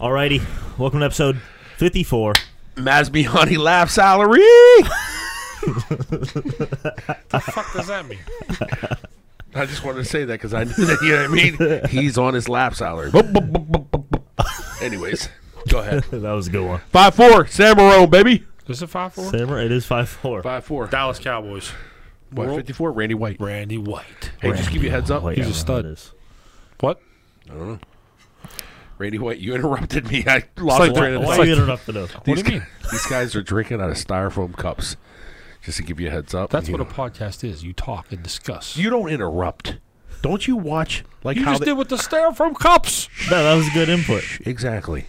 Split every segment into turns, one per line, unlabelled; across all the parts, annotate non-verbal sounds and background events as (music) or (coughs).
Alrighty, welcome to episode 54.
Masbihani laugh salary.
The fuck does that mean?
I just wanted to say that because I knew that. You know what I mean? He's on his laugh salary. Anyways, go ahead.
(laughs) that was a good one.
Five four, Sam Marone, baby.
Is it five four?
Sam, it is 5 4.
Five four.
Dallas Cowboys.
What,
World-
Fifty four. Randy White.
Randy White.
Hey, just give you a heads up.
He's a stud. What?
Randy White, you interrupted me. I lost
like
train
the-
of
it's
Why
thought.
are you interrupting us?
What
These
do you mean?
gu- These guys are drinking out of styrofoam cups. Just to give you a heads up.
That's
you
what a
know.
podcast is. You talk and discuss.
you don't interrupt. Don't you watch like
You
how
just
they-
did with the styrofoam cups.
No, that was good input.
Exactly.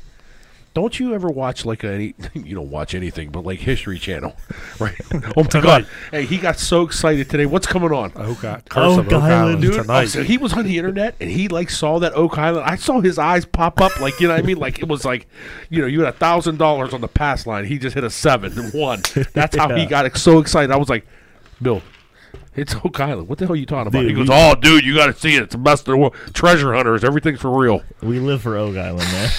Don't you ever watch like any? (laughs) You don't watch anything, but like History Channel, (laughs) right? oh my God! Hey, he got so excited today. What's coming on?
Oh God,
Curse of Oak Island Island.
Dude, oh, so he was on the internet and he like saw that Oak Island. I saw his eyes pop up, like you know what I mean. Like it was like, you know, you had a thousand dollars on the pass line. He just hit a seven and one. That's how (laughs) he
Yeah.
got so excited. I was like, Bill, it's Oak Island. What the hell are you talking about?
Dude,
he goes,
we-
Oh, dude, you got to see it. It's the best in the world. Treasure hunters. Everything's for real.
We live for Oak Island, man.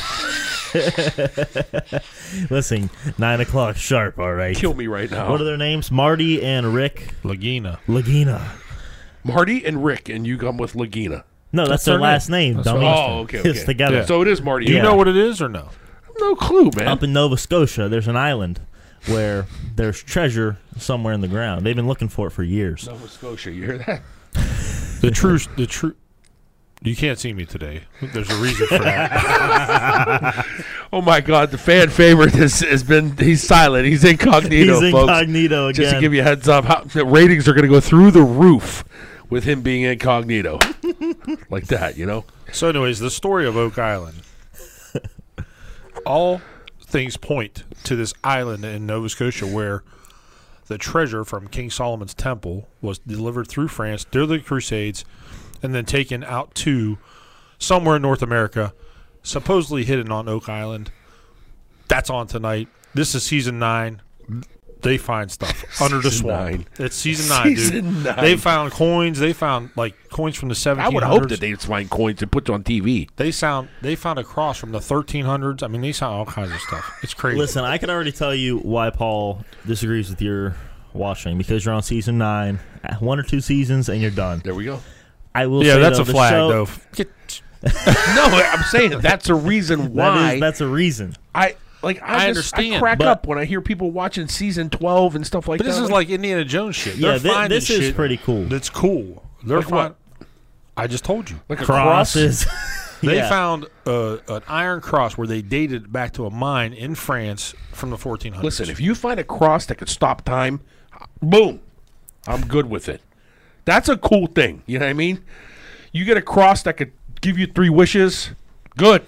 (laughs) Listen, 9 o'clock sharp, all right.
Kill me right now.
What are their names? Marty and Rick
Lagina.
Lagina.
Marty and Rick, and you come with Lagina.
No, that's,
That's
their
their
last name,
That's
dummy.
right.
Oh, okay,
It's
okay.
together.
Yeah.
So it is Marty.
Do you
Yeah.
know what it is or no?
No clue, man.
Up in Nova Scotia, there's an island where there's treasure somewhere in the ground. They've been looking for it for years.
(laughs) Nova Scotia, you hear that?
The true. The true. You can't see me today. There's a reason (laughs) for that.
Oh my God, the fan favorite has, has been. He's silent. He's incognito,
He's
folks.
incognito again.
Just to give you a heads up, how, the ratings are going to go through the roof with him being incognito, (laughs) like that. You know,
so, anyways, the story of Oak Island. All things point to this island in Nova Scotia where the treasure from King Solomon's Temple was delivered through France during the Crusades, and then taken out to somewhere in North America, supposedly hidden on Oak Island. That's on tonight. This is season nine. They
(laughs)
find stuff under the
Season
swamp.
nine.
It's season nine,
Season
dude.
nine.
They found coins. They found like coins from the 1700s.
I would hope that they find coins and put it on TV.
They sound they found a cross from the 1300s. I mean, they sound all kinds of stuff. It's crazy.
Listen, I can already tell you why Paul disagrees with your watching because you're on season nine, uh, one or two seasons, and you're done.
There we go.
I will.
yeah,
say,
that's
though,
a
the
flag
show-
though.
No, I'm saying that's a reason
That is-
why
that's a reason.
I like. I, just,
I
I
understand,
crack
but-
up when I hear people watching season twelve and stuff like
But
that.
this is like Indiana Jones shit.
Yeah,
They're
thi-
finding
this is
shit
pretty cool.
That's cool. They're
Like what?
fin- I just told you.
like a
(laughs)
cross.
Crosses.
They
yeah.
found uh, an iron cross where they dated it back to a mine in France from the 1400s.
Listen, if you find a cross that could stop time, boom, I'm good with it. That's a cool thing. You know what I mean? You get a cross that could give you three wishes, good.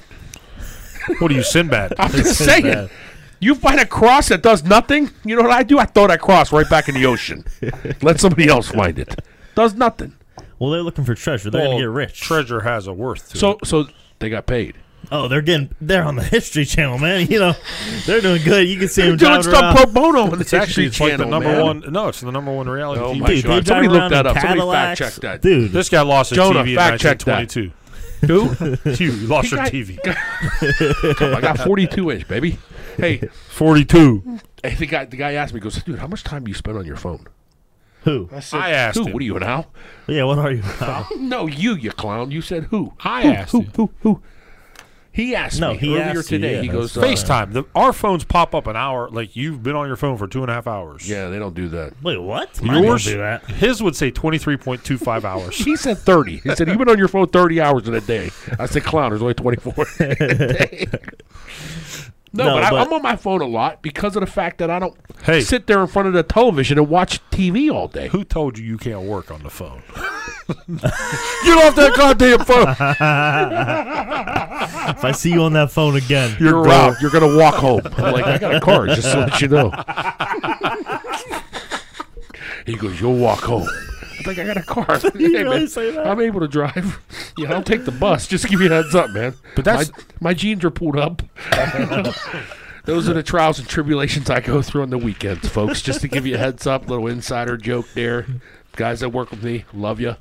what are you, Sinbad?
I'm just
(laughs) That's
saying.
bad.
You find a cross that does nothing, you know what I do? I throw that cross right back in
(laughs)
the ocean. Let somebody else find it. Does nothing.
well, they're looking for treasure. They're
Well,
gonna get rich.
Treasure has a worth. To
So
it.
so they got paid.
oh, they're getting. They're on the History Channel, man. (laughs) You know, they're doing good. You can see
(laughs)
them
Doing
driving around.
stuff pro bono on the
it's
History
actually it's like
Channel.
the number
man.
one. No, it's the number one reality.
Oh
TV.
my
Dude,
God.
they drive
Somebody
around
look
in
that up. Somebody
Cadillacs.
fact check that.
dude.
This guy lost his
Jonah,
TV in
fact check that.
1922. (laughs)
Who?
Hugh, you lost your
got- (laughs)
TV.
I got 42 inch, baby. Hey,
42.
Hey, the guy, the guy asked me, he goes, dude, how much time do you spend on your phone?
Who?
I asked
Who?
him.
What are you now?
Yeah, what are
(laughs)
you? Uh,
No, you, you clown. You said who?
I
who,
asked
who,
you.
who, who? He asked
No,
me
he
earlier
asked you,
today.
yeah,
he
that's
goes,
fine.
uh,
FaceTime. The, our phones pop up an hour. Like you've been on your phone for two and a half hours.
yeah, they don't do that.
Wait, what? Mine don't
Yours,
do that.
his would say 23.25
(laughs)
hours.
He said 30. He said, you've been on your phone 30 hours in a day. I said, clown, there's only 24 in a day. No,
No,
but, I,
but-
I'm on my phone a lot because of the fact that I don't
Hey.
sit there in front of the television and watch TV all day.
Who told you you can't work on the phone? (laughs) Get off that goddamn phone.
If I see you on that phone again,
You're, Rob. You're gonna walk home. (laughs) I'm like, I got a car, just to let you know. he goes, You'll walk home. I'm like, I got
(laughs)
a car. Hey,
really
man,
say that?
I'm able to drive. Yeah, I'll take the bus. Just to give you a heads up, man. But
that's-
my, my jeans are pulled up. (laughs) Those are the trials and tribulations I go through on the weekends, folks. Just to give you a heads up, little insider joke there. Guys that work with me, love you.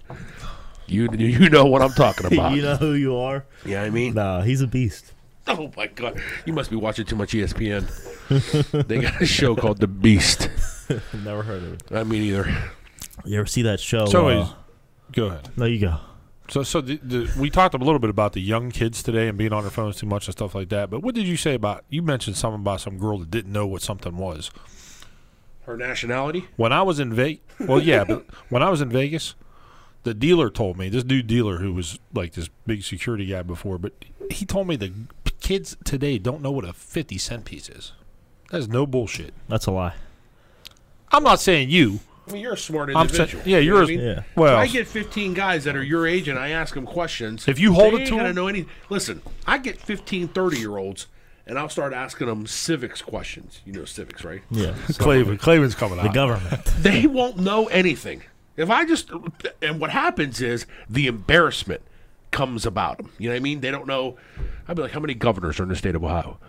You you know what I'm talking
(laughs)
about.
you know who you are.
yeah, I mean,
Nah, he's a beast.
(laughs) Oh my god, you must be watching too much E ESPN. they got a show called The Beast.
Never heard of it.
I mean, either
You ever see that show?
(laughs) So
uh,
is- Go ahead.
no, you go.
So, so the, the, we talked a little bit about the young kids today and being on their phones too much and stuff like that. But what did you say about? You mentioned something about some girl that didn't know what something was.
her nationality.
When I was in Vegas, well, yeah, but when I was in Vegas, the dealer told me this dude dealer who was like this big security guy before, but he told me the kids today don't know what a fifty cent piece is. That's no bullshit.
That's a lie.
I'm not saying you.
I mean, you're a smart
I'm saying,
individual.
yeah,
You know
you're.
what
as
I mean?
Yeah.
Well,
I get 15 guys that are your age and I ask them questions.
If you hold
they
it
ain't
to
gonna
'em-
know any. Listen, I get 15, 30 year olds and I'll start asking them civics questions. You know civics, right?
(laughs) Yeah. So
Clavin, Clavin's coming
the
out.
government.
(laughs)
They won't know anything. If I just and what happens is the embarrassment comes about them. You know what I mean? They don't know. I'd be like, how many governors are in the state of Ohio?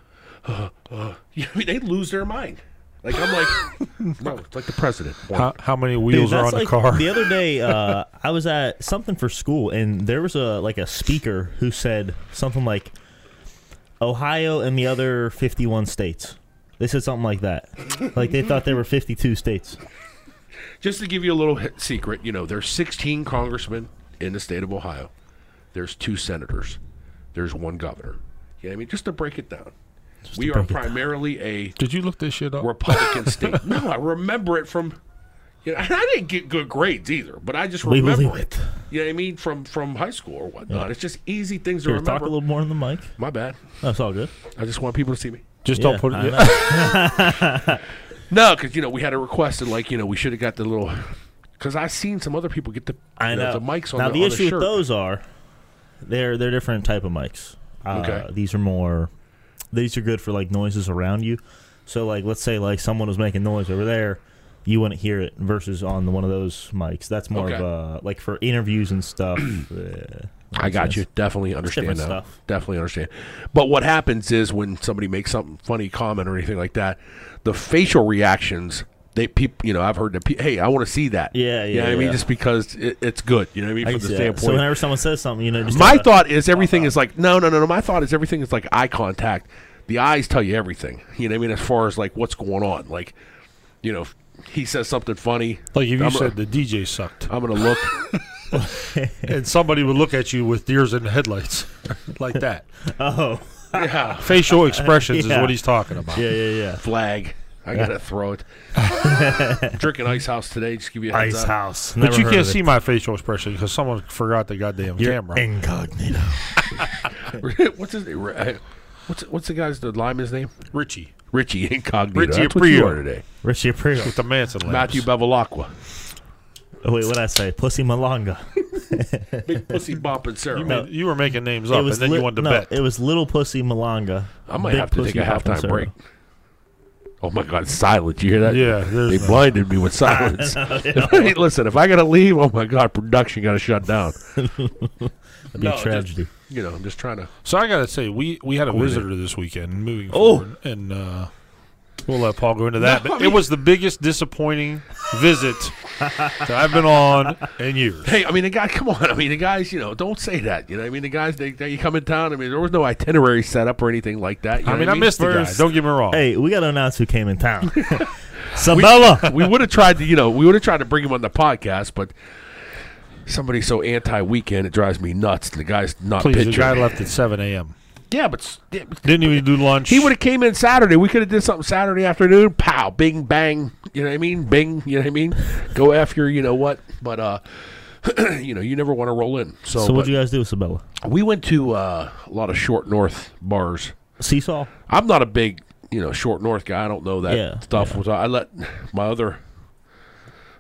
Uh, uh, (laughs) you know, what I mean? they lose their mind. Like I'm
(laughs)
like, no, it's like the president.
how, how many wheels
Dude,
are on
that's
the
like-
car?
The other
(laughs)
day, uh, I was at something for school, and there was a like a speaker who said something like, "Ohio and the other fifty-one states." They said something like that, like they thought there were fifty-two states.
Just to give you a little hit secret, you know, there's 16 congressmen in the state of Ohio. There's two senators. There's one governor. You know what I mean? Just to break it down. we are
break it down.
primarily a
Did you look this shit
(laughs)
up?
Republican state. No, I remember it from. You know, I didn't get good grades either, but I just
We
remember
believe
it.
it.
You know what I mean? From from high school or whatnot. It's just easy things to
Here,
remember.
talk a little more on the mic.
My bad.
That's all good.
I just want people to see me.
Just
Yeah,
don't put
I
it.
know.
No, because you know we had a request and like you know we should have got the little. Because I've seen some other people get the
I
you
know.
the mics on
now
the,
the,
on
issue
shirt.
with those are, they're they're different type of mics. Uh,
Okay.
These are more, these are good for like noises around you. So like let's say like someone was making noise over there, you wouldn't hear it. Versus on the, one of those mics, that's more of
Okay.
a like for interviews and
(clears throat)
stuff. uh,
I got you.
sense.
Definitely understand
different
that.
stuff.
Definitely understand. But what happens is when somebody makes something funny comment or anything like that, the facial reactions. They people, you know, I've heard that. Pe- hey, I want to see that.
Yeah,
You know
yeah,
what I mean,
yeah.
just because it, it's good. You know what I mean,
I
from
can
the
see that. So
standpoint.
whenever someone says something, you know, just
My
gotta-
thought is everything is like no, no, no, no. My thought is everything is like eye contact. The eyes tell you everything. You know what I mean, as far as like what's going on. Like, you know, if he says something funny.
Like if you
I'm gonna-
said the
(laughs)
DJ sucked,
I'm gonna look. (laughs)
and somebody would look at you with deers in the headlights, (laughs) like that.
(laughs)
Oh,
yeah,
(laughs)
Facial expressions is
Yeah.
what he's talking about.
yeah, yeah, yeah.
flag. I gotta throw it. (laughs) Drinking Ice House today. Just give you a heads up.
House.
But you can't see my facial expression because someone forgot the goddamn camera.
incognito.
(laughs) what's his name? Uh, What's what's the guy's the lineman's name?
Richie
Richie Incognito.
Richie
That's what you
Aprile.
are today.
Richie Aprile.
with the Manson lamps.
Matthew (laughs) Bevilacqua,
Oh, wait, what I say? Pussy Malanga.
big pussy bopping Sarah.
You made- you were making names up, and then you
lit-
wanted to
no,
bet.
It was Little Pussy Malanga.
I might
Big
have to take
Pussy
a
Pop and
halftime
Sarah.
break. Oh my God, silence! You hear that?
yeah,
They
there's no-
blinded me with silence. If (laughs) I- listen, if I gotta leave, oh my God, production gotta shut (laughs) down.
That'd be
No,
a
just-
tragedy.
You know, I'm just trying to.
so I gotta say, we we had a visitor this weekend. Moving forward, and uh, we'll let Paul go into that.
Oh! No,
but
I mean-
it was the biggest disappointing visit that I've been on in years.
Hey, I mean, the guy. (laughs) Come on, I mean, the guys. You know, don't say that. You know, what I mean, the guys. They, they you come in town. I mean, there was no itinerary set up or anything like that. you know
I mean,
what
I missed the guy.
First-
Don't get me wrong.
Hey, we got to announce who came in
(laughs)
town. Sabella.
we would have tried to, you know, we would have tried to bring him on the podcast, but somebody's so anti-weekend it drives me nuts. The guy's not
Please, the
pitching.
guy left at 7 a.m.
Yeah, but s- yeah, but
Didn't even do lunch.
he would have came in Saturday. We could have did something Saturday afternoon. Pow, bing bang. You know what I mean? Bing. You know what I mean? Go after you know what? But uh, (clears throat) you know, you never want to roll in. So,
so
but
what'd you guys do with Sabella?
we went to uh, a lot of short north bars.
Seesaw?
I'm not a big, you know, short north guy. I don't know that
Yeah,
stuff. So I let my other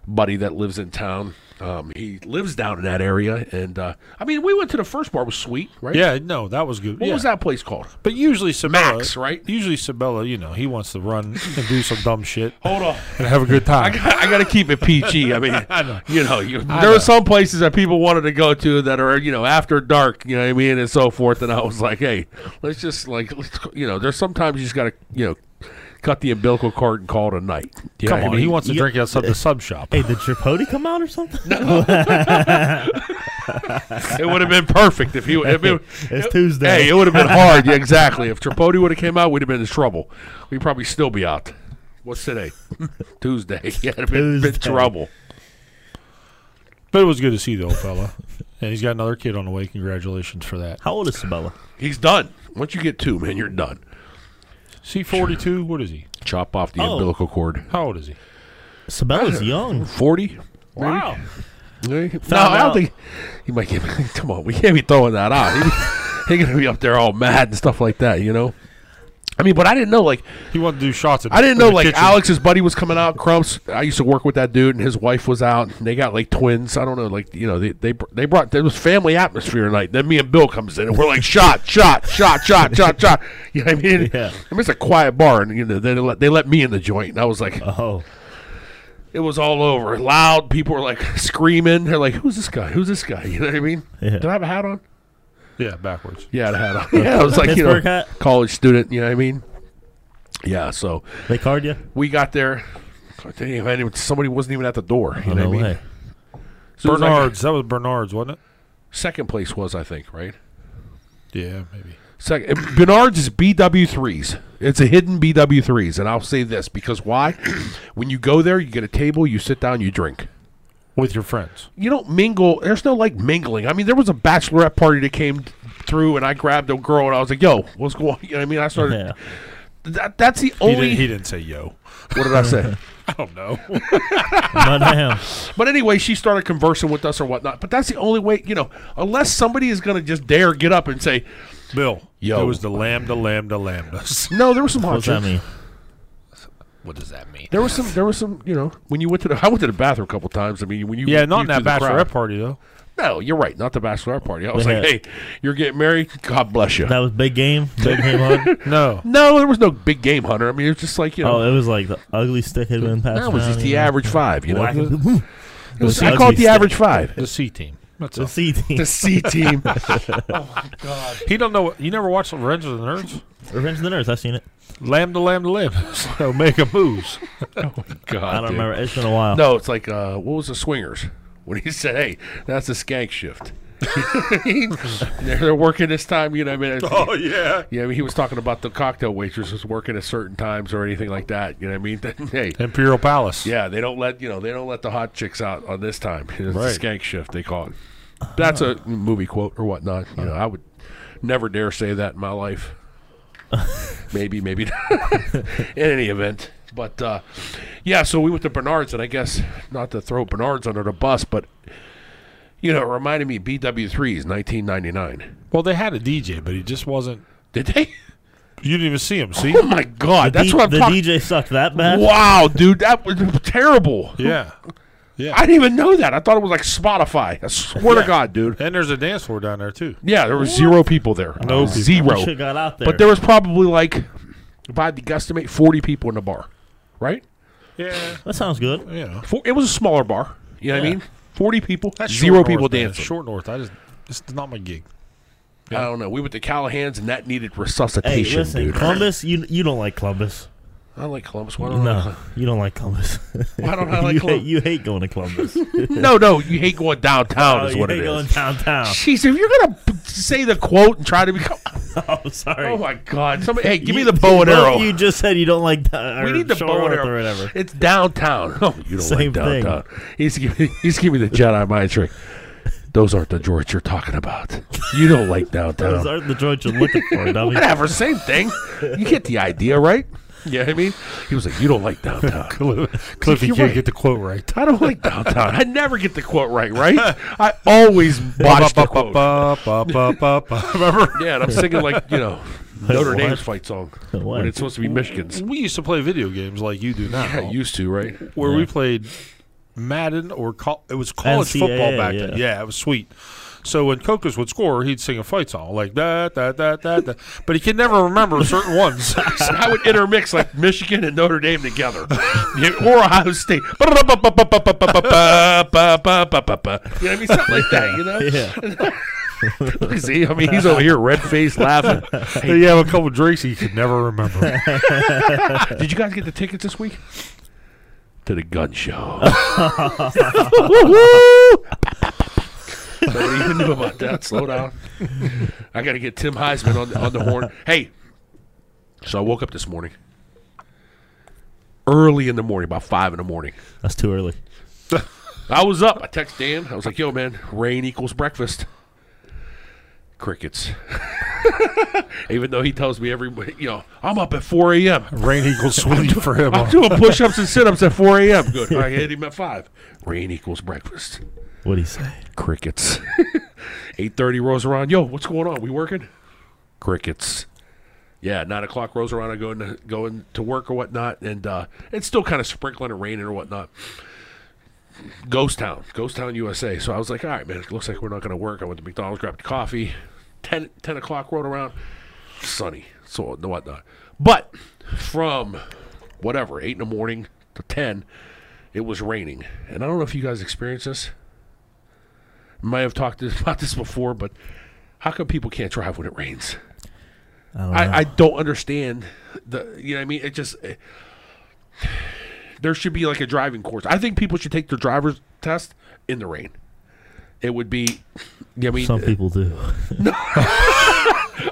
buddy that lives in town. Um, he lives down in that area, and uh, I mean, we went to the first bar. It was sweet, right?
Yeah, no, that was good.
What
yeah.
was that place called?
But usually Sabella,
Max, right?
Usually Sabella, you know, he wants
(laughs)
to run and do some dumb shit
Hold on.
and have a good
I
time.
got, (laughs) I got to keep it PG. (laughs) I mean,
I know.
you know, you,
I
there
know.
are some places that people wanted to go to that are, you know, after dark, you know what I mean, and so forth. And I was like, hey, let's just like, let's, go- you know, there's sometimes you just got to, you know, cut the umbilical cord and call it a night. You know
Come
what I
on,
mean?
he wants to
you-
drink outside the sub shop.
Hey, did Tripodi come out or something?
It would have been perfect if he. If
(laughs)
it,
It's Tuesday.
Hey, it would have been hard. Yeah, exactly. If Tripodi would have came out, we'd have been in trouble. We'd probably still be out. What's today? (laughs) Tuesday. (laughs) Yeah, it'd have been, been
Tuesday.
trouble.
But it was good to see the old fella. And he's got another kid on the way. Congratulations for that.
(laughs) How old is Sabella?
He's done. Once you get two, man, you're done.
C forty two. What is he?
Chop off the
Oh.
umbilical cord.
How old is he?
(laughs)
Sabella's young.
Forty.
Wow.
No, I don't
out.
think he might give. (laughs) Come on, we can't be throwing that out. He- (laughs) He's gonna be up there all mad and stuff like that, you know. I mean, but I didn't know. Like,
He wanted to do shots. In,
I didn't
in
know.
the
Like,
kitchen.
Alex's buddy was coming out. Crumps. I used to work with that dude, and his wife was out. And they got like twins. I don't know. Like, you know, they they br- they brought there was family atmosphere tonight. Then me and Bill comes in, and we're like, shot, shot, shot, shot, shot, shot. (laughs) You know what I mean?
Yeah.
I mean, it's a quiet bar, and you know, they let, they let me in the joint, and I was like,
Oh,
it was all over. Loud. People were like screaming. They're like, "Who's this guy? Who's this guy?" (laughs) You know what I mean?
Yeah.
Did I have a hat on?
Yeah, backwards.
Yeah, I had a hat on. (laughs) yeah, I was like, you know,
Pittsburgh hat?
college student. You know what I mean? Yeah. So
they card you?
we got there. I didn't even- I didn't- Somebody wasn't even at the door. You
Oh,
know
no
what I mean?
way.
So it was like-
Bernard's. That was Bernard's, wasn't
second place was I think right.
it? Yeah, maybe.
Second, Bernard's is BW3s. It's a hidden BW3s, and I'll say this because why? (clears throat) when you go there, you get a table, you sit down, you drink.
With your friends.
you don't mingle. There's no like mingling. I mean, there was a bachelorette party that came through, and I grabbed a girl, and I was like, "Yo, what's going?" on? (laughs) You know what I mean? I started.
Yeah.
That, that's the
He,
only.
didn't, he didn't say yo.
what did (laughs)
(laughs)
I say?
I don't know.
Not
(laughs)
now.
but anyway, she started conversing with us or whatnot. But that's the only way, you know, unless somebody is going to just dare get up and say,
(laughs) Bill.
Yo.
It was the lambda lambda (laughs) lambdas.
"No, there was some hot
What's that
chicks.
mean?
What does that mean?
There was some. There was some. You know, when you went to the, I went to the bathroom a couple times. I mean, when you
Yeah,
you
not in
through
that
the
bachelorette
crowd.
party though.
No, you're right. Not the bachelorette party. I was
They
like, "Hey, you're getting married. God bless you."
That was big game. Big game hug.
(laughs)
No.
No, there was no big game hunter. I mean, it was just like you know.
Oh, it was like the ugly stick had been passed.
That was just
around,
the
you know?
average five, you know.
Whack.
It was-
Woo.
I
ugly
call it the
stick.
average
(laughs)
five.
The C team. That's
The
all.
C team.
The C team.
He don't know. what- You never watched Revenge of the Nerds?
Revenge of the Nerds. I've seen it.
Lambda lambda (laughs) lambdas. Omega moves.
God,
I don't
dude.
remember. It's been a while.
No, it's like uh, what was the swingers when he said, "Hey, that's a skank shift." (laughs) they're, they're working this time, you know. what I mean,
(laughs) Oh yeah.
yeah, I mean, he was talking about the cocktail waitresses working at certain times or anything like that. You know what I mean? (laughs) hey,
Imperial Palace.
yeah, they don't let you know they don't let the hot chicks out on this time. (laughs) It's a
Right.
skank shift they call it. That's a movie quote or whatnot. You know, I would never dare say that in my life.
(laughs)
maybe, maybe not. (laughs) in any event. But uh, yeah, so we went to Bernard's, and I guess not to throw Bernard's under the bus, but you know, it reminded me of BW3's 1999.
Well, they had a DJ, but he just wasn't.
Did they?
You didn't even see him. See?
(laughs)
(laughs)
Oh my God, that's
D-
what
the
I'm talking.
DJ sucked that bad.
Wow, dude, that was terrible.
yeah. Yeah.
I didn't even know that. I thought it was like Spotify. I swear to God, dude.
and there's a dance floor down there too.
Yeah, there were zero people there. No
I
zero.
should got out there.
But there was probably like, if I had to guesstimate, forty people in the bar, right?
Yeah.
that sounds good.
You know.
Four, it was a smaller bar. You know what I
Yeah.
mean? Forty people,
That's
zero
short
people
north, man. It's
dancing.
Short north. I just. This is not my (laughs) gig.
I don't know. We went to Callahan's, and that needed
Hey,
resuscitation,
listen,
dude.
Columbus. You you don't like Columbus.
I like Columbus. Why don't
No, you don't like Columbus.
I? Why
(laughs)
don't I like
you, hate,
Columbus?
you hate going to
(laughs)
Columbus.
no, no, you hate going downtown,
oh,
is
you
what
hate
it is.
going downtown. (laughs)
Jeez, if you're gonna p- say the quote and try to become,
Oh, sorry.
oh my God! Somebody, hey, give me
You-
the bow and
you-
arrow.
You just said you don't like. Uh,
We need the bow and arrow.
or
(laughs)
whatever.
It's downtown. (laughs) Oh, you don't
Same
like
thing.
downtown. He's giving, he's giving me the Jedi mind trick. Those aren't the droids you're talking about. You don't like
Those
downtown.
aren't the droids you're looking
(laughs)
for, dummy.
Whatever, same thing. You get the idea, right? Yeah, I mean, he was like, "You don't like downtown."
Cliffy
You're
can't
right.
get the quote (laughs) right.
I don't like downtown. I never get the quote right, right? I always botch the quote.
(laughs) Remember?
Yeah, and I'm singing like you know Notre
What?
Dame's fight song
What?
when it's supposed to be Michigan's.
We used to play video games like you do now.
Yeah, used to, right?
where we played Madden or col- it was college
NCAA,
football back then.
yeah.
Yeah, it was sweet. So when Cocos would score, he'd sing a fight song like that, that, that, that, that. But he could never remember certain ones. (laughs)
I would intermix like Michigan and Notre Dame together, Yeah, or Ohio State. You know what I mean? Something like that. You know?
(laughs) Yeah.
Look, See, I mean, he's over here, red faced, laughing. Hey,
you have a couple drinks he could never (laughs) remember.
did you guys get the tickets this week? To the gun show. Nobody even knew about that. Slow down. I got to get Tim Heisman on the, on the horn. Hey, so I woke up this morning, early in the morning, about five in the morning.
That's too early.
I was up. I texted Dan. I was like, "Yo, man, rain equals breakfast." Crickets. (laughs) Even though he tells me every, you know, I'm up at 4 a.m.
Rain equals (laughs) swing for him.
I'm doing push-ups and sit-ups at 4 a.m. Good. I hit him at five. Rain equals breakfast.
What'd he say?
Crickets. (laughs) 8.30 rolls around. Yo, what's going on? We working? Crickets. Yeah, 9 o'clock rolls around. I go, in, go in to work or whatnot, and uh, it's still kind of sprinkling and raining or whatnot. Ghost Town, Ghost Town, USA. So I was like, all right, man, it looks like we're not going to work. I went to McDonald's, grabbed coffee. 10, 10 o'clock rolled around. Sunny. So no whatnot. But from whatever, 8 in the morning to 10, it was raining. And I don't know if you guys experienced this might have talked this- (laughs) about this before, but how come people can't drive when it rains?
I don't know.
I, I don't understand the. You know what I mean? It just eh, there should be like a driving course. I think people should take their driver's test in the rain. It would be. You know what I mean,
Some people do. (laughs)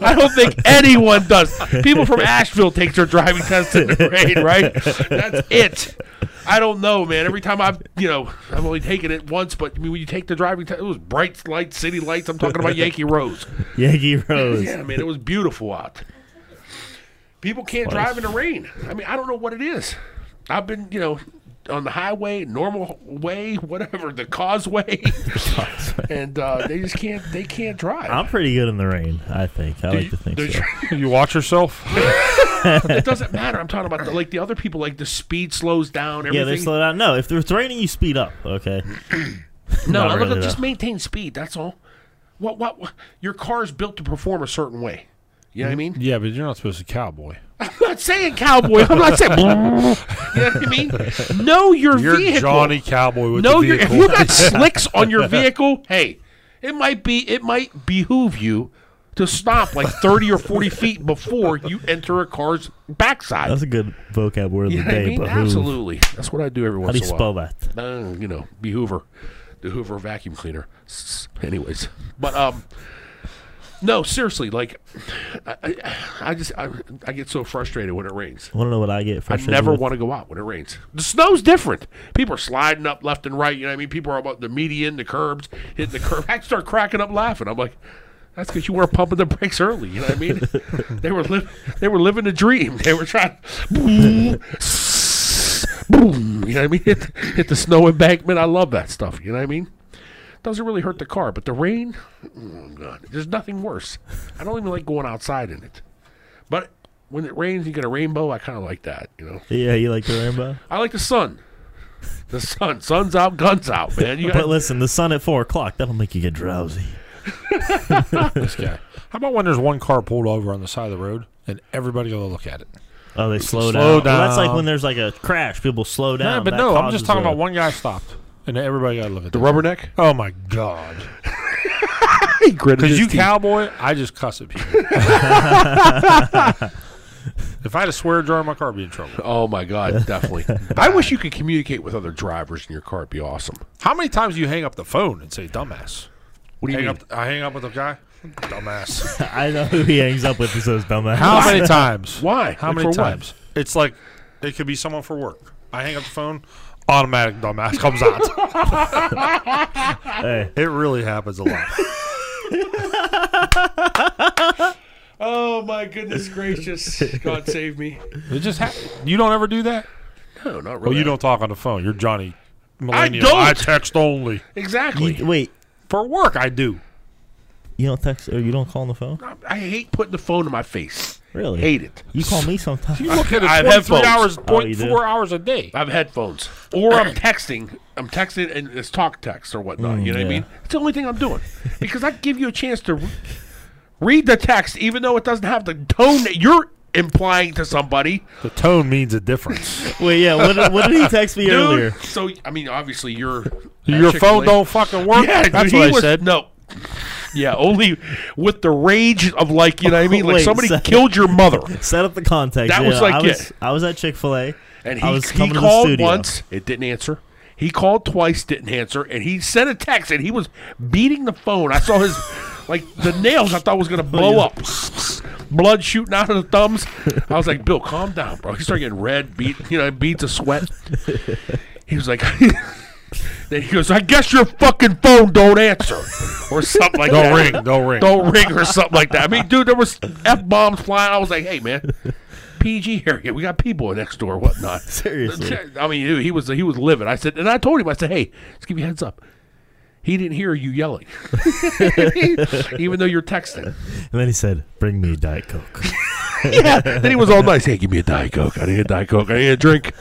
I don't think anyone does. People from Asheville take their driving test in the rain, right? That's it. I don't know, man. Every time I've, you know, I've only taken it once, but I mean, when you take the driving test, it was bright lights, city lights. I'm talking about Yankee Rose.
Yankee Rose.
Yeah, man, it was beautiful out. People can't drive in the rain. I mean, I don't know what it is. I've been, you know, on the highway, normal way, whatever, the
(laughs)
causeway, (laughs) and uh, they just can't. They can't drive.
I'm pretty good in the rain. I think. I like
You-
to think
they're
so.
You watch yourself.
it doesn't matter. I'm talking about the, like the other people. Like the speed slows down.
Yeah,
Everything.
they slow down. No, if it's raining, you speed up. Okay.
no,
not
I'm looking
really,
just
though.
maintain speed. That's all. What, what? What? Your car's built to perform a certain way. You know what I mean?
Yeah, but you're not supposed to cowboy.
I'm not saying cowboy. I'm not saying. (laughs) you know what I mean?
(laughs)
Know your
You're
vehicle.
Johnny Cowboy with
know
the
your. If
(laughs) vehicle.
you got slicks on your vehicle, hey, it might be. It might behoove you. To stop like thirty or forty feet before you enter a car's backside.
That's a good vocab word of the
You know what I
day.
mean?
But who?
Absolutely, that's what I do every
How
once
do you
in a while.
spell that?
uh, you know, be Hoover, the Hoover vacuum cleaner. S- Anyways, but um, no, seriously, like, I, I, I just I, I get so frustrated when it rains.
Want to know what I get?
I
Frustrated
never
with?
want to go out when it rains. The snow's different. People are sliding up left and right. You know what I mean? People are about the median, the curbs, hitting the curb. I start cracking up laughing. I'm like, that's because you weren't pumping the brakes early. You know what I mean? they were living. They were living the dream. They were trying. Boom, boom. You know what I mean? Hit, hit the snow embankment. I love that stuff. You know what I mean? Doesn't really hurt the car, but the rain. Oh God, there's nothing worse. I don't even like going outside in it. But when it rains, you get a rainbow. I kind of like that. You know.
Yeah, you like the rainbow.
I like the sun. The sun. Sun's out, guns out, man. (laughs) You
But
got
listen, the sun at four o'clock that'll make you get drowsy.
this guy. How about when there's one car pulled over on the side of the road and everybody go look at it?
Oh, they slow,
Slow
down. Well, that's like
down.
when there's like a crash. People slow down.
Nah, but
That
no, I'm
causes
just talking
a-
about one guy stopped and everybody got to look at
the
that.
rubberneck.
Oh my god!
He gritted
Because you
teeth.
cowboy, I just cuss
(laughs)
at people. if I had a swear jar in my car, I'd be in trouble.
Oh my god, definitely. I wish you could communicate with other drivers in your car. It'd be awesome.
How many times do you hang up the phone and say "dumbass"?
What do you
Hang
mean?
up, I hang up with a guy. Dumbass.
(laughs) I know who he hangs up with. He says dumbass. (laughs)
How many times?
Why?
How
Like,
many
for what?
times? It's like it could be someone for work. I hang up the phone, automatic dumbass comes
(laughs)
out. (laughs)
Hey,
it really happens
(laughs)
a lot.
Oh my goodness gracious! God save me.
It just ha- you don't ever do that.
No, not really.
Well, Oh, you don't talk on the phone. You're Johnny. Millennial.
don't.
I text only
exactly.
you, wait,
for work. I do.
you don't text or you don't call on the phone?
I hate putting the phone in my face.
Really?
Hate it.
You call me sometimes.
(laughs)
You look at it
I have
23
headphones.
hours,
Oh, you
point
do?
four hours a day.
I have headphones, or
(clears throat)
I'm texting. I'm texting, and it's talk text or whatnot.
Mm,
you know what I
yeah.
mean? It's the only thing I'm doing because I give you a chance to re- read the text, even though it doesn't have the tone that you're implying to somebody,
The tone means a difference.
Wait, yeah. What, did- what did he text me
dude.
earlier?
So I mean, obviously, you're
(laughs) Your phone don't fucking work.
Yeah, dude,
That's
he
what I
was-
said.
No. Yeah, only with the rage of like you know what I mean, like
Wait,
somebody
so-
killed your mother,
Set up the context.
That
yeah,
was like
I was,
it.
I was at Chick Fil A,
and
I
he,
was
he
coming to the
called
studio.
once, it didn't answer. He called twice, didn't answer, and he sent a text, and he was beating the phone. I saw his, (laughs) like, the nails I thought was
(laughs)
going
Oh,
to blow up. (laughs) Blood shooting out of the thumbs. I was like, Bill, calm down, bro. He started getting red, beat, you know, beads of sweat. He was like, (laughs) then he goes, I guess your fucking phone don't answer, or something like
(laughs) Don't
that.
ring, don't
(laughs)
ring.
don't ring, or something like that. I mean, dude, there was f bombs flying. I was like, hey, man, PG area, we got people next door, whatnot. (laughs)
Seriously.
I mean, dude, he was he was livid. I said, and I told him, I said, hey, just give you a heads up. He didn't hear you yelling, (laughs) even though you're texting.
And then he said, "Bring me a diet coke."
Yeah. Then he was all nice. Hey, give me a diet coke. I need a diet coke. I need
(laughs)
a drink.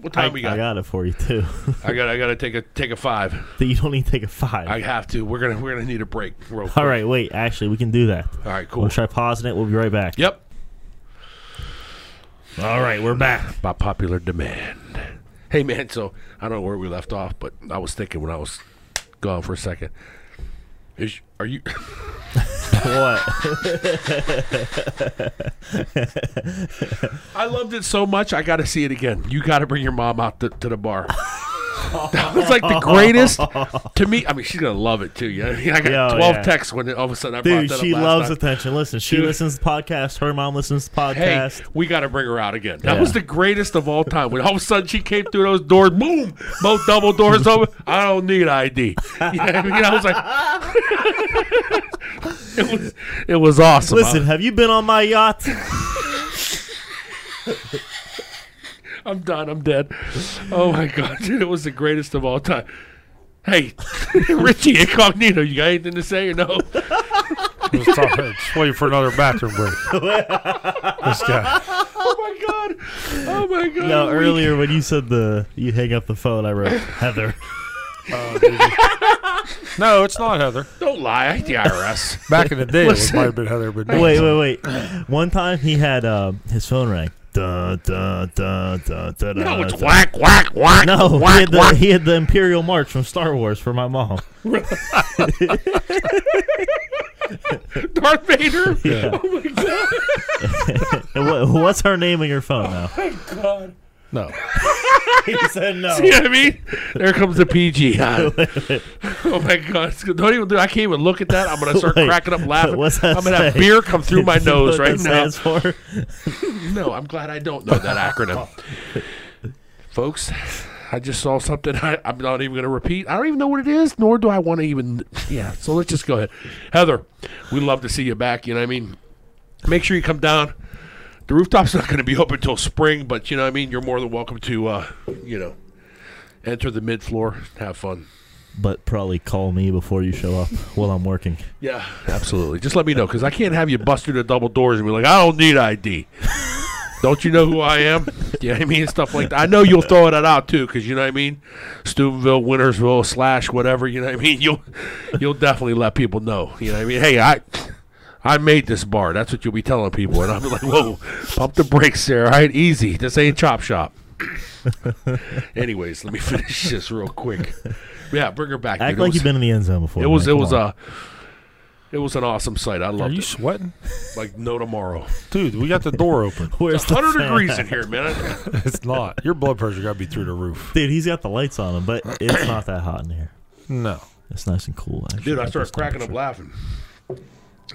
What time
I,
we got?
I got it for you too. (laughs)
I got. I got to take a take a five.
That you don't need to take a five.
I have to. We're gonna we're gonna need a break. Real quick.
All right, wait. Actually, we can do that.
All right.
We'll
Cool.
try pausing it. We'll be right back.
Yep.
All right, we're back.
By popular demand. Hey man. So I don't know where we left off, but I was thinking when I was gone for a second. Is are you?
(laughs)
(laughs)
what?
I loved it so much. I got to see it again. You got to bring your mom out to, to the bar. (laughs) that was like the greatest to me. I mean, she's gonna love it too. Yeah, (laughs) I, mean, I got
Yo,
twelve
yeah.
texts when all of a sudden I brought
Dude,
that
she
up last
loves
time.
attention. Listen, she
Dude.
listens to podcasts. Her mom listens to
hey,
podcasts.
we got to bring her out again. That
Yeah.
was the greatest of all time. When all of a sudden she came through those doors, boom, both double doors open. I don't need ID. (laughs) You know what I mean? I was like, (laughs) it was, it was awesome.
Listen, have you been on my
(laughs)
yacht?
I, am done. I'm dead. Oh my god, (laughs) dude, it was the greatest of all time. Hey, (laughs) Richie Incognito, you got anything to say or no? (laughs)
Let's talk- let's wait for another bathroom (laughs) break. this guy.
Oh my god. Oh my god.
no,
We-
earlier when you said the you hang up the phone, I
(laughs)
wrote Heather.
No, it's not Heather.
Don't lie. I hate the IRS.
Back in the day, it
Listen.
might have been Heather, but
wait, wait, wait. One time he had um, his phone rang. Dun, dun, dun, dun, dun,
No,
dun,
it's
dun.
whack, whack, whack.
No, he
whack,
had, the,
whack.
he had the Imperial March from Star Wars for my mom. (laughs)
Darth Vader.
Yeah.
Oh my god.
And what, what's her name on your phone now?
(laughs) God.
No.
he said
(laughs)
no.
You know what I mean? There comes the PG. huh? (laughs) oh my god! It's good. Don't even do. I can't even look at that. I'm
(laughs)
gonna start
Wait,
cracking up laughing.
what's that
I'm gonna have
say?
beer come through my
(laughs) You know
nose
what
right
that
now.
stands for?
(laughs) No, I'm glad I don't know that acronym, folks. I just saw something I, I'm not even going to repeat. I don't even know what it is, nor do I want to even. Yeah, so let's just go ahead. Heather, we love to see you back. You know what I mean? Make sure you come down. The rooftop's not going to be open until spring, but you know what I mean? You're more than welcome to, uh, you know, enter the mid floor, have fun.
But probably call me before you show up while I'm working.
Yeah, absolutely. Just let me know because I can't have you bust through the double doors and be like, I don't need ID. don't you know who I am? Yeah, I mean and stuff like that. I know you'll throw that out too because you know what I mean. Steubenville, Wintersville, slash whatever. You know what I mean. You'll you'll definitely let people know. You know what I mean. Hey, I. I made this bar. That's what you'll be telling people. And I'm like, whoa, pump the brakes there. All right, easy. This ain't Chop Shop. Anyways, let me (laughs) finish this real quick. Yeah, bring her back.
Act
dude. It
like
was-
you've been in the end zone before.
it was
man.
it
Come
was uh,
on.
a it was an awesome sight. I
Are
loved
you
it.
sweating?
Like
(laughs)
no tomorrow.
Dude, we got the door open.
Where's
It's
the
100
fan?
degrees in here, man.
(laughs)
(laughs)
It's not. Your blood pressure got to be through the roof.
Dude, he's got the lights on him, but it's not that hot in here.
No.
It's nice and cool. Actually,
Dude, I
at
started
this
cracking up
temperature.
laughing.